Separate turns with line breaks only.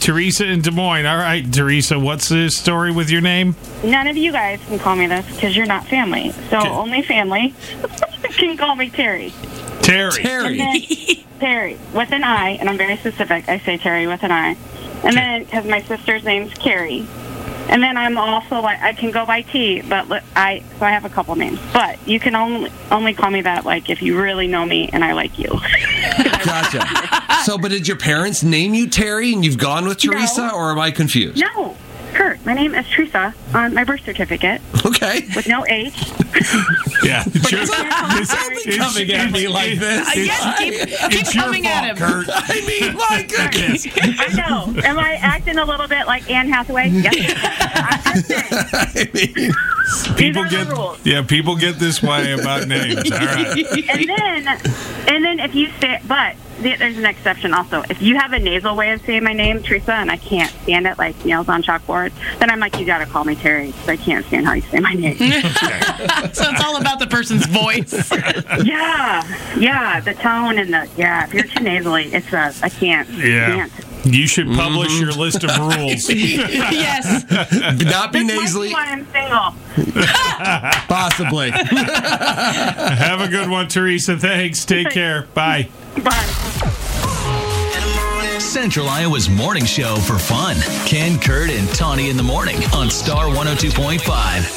Teresa in Des Moines. All right, Teresa, what's the story with your name?
None of you guys can call me this because you're not family. So only family can call me Terry.
Terry.
And
Terry.
then Terry with an I, and I'm very specific. I say Terry with an I, and then because my sister's name's Carrie, and then I'm also like I can go by T, but li- I so I have a couple names. But you can only only call me that like if you really know me and I like you.
Gotcha. so, but did your parents name you Terry and you've gone with Teresa,
No.
or am I confused?
No, Kurt, my name is Teresa on my birth certificate
Okay.
with no H.
Yeah. It's your, it's, it's-
coming at me
it's-
like this.
Uh,
it's-
Yes, keep, keep
it's your
coming
fault,
at him.
Kurt.
I mean, my goodness.
I know. Am I acting a little bit like Anne Hathaway? Yes. I'm just saying.
I mean,
People
are the
get
rules.
yeah. People get this way about names. All right.
and then and then if you say but th- there's an exception also if you have a nasal way of saying my name teresa and i can't stand it like nails on chalkboard then i'm like you gotta call me terry because i can't stand how you say my name
So it's all about the person's voice.
yeah yeah the tone and the yeah if you're too nasally it's a i can't
Yeah.
can't.
You should publish your list of rules.
yes.
not be
This might be
nasally,
why i'm single
possibly.
Have a good one, Teresa. Thanks. Take care. Bye.
but
Central Iowa's oh morning show for fun. Ken, Kurt, and Tawny in the morning on Star 102.5.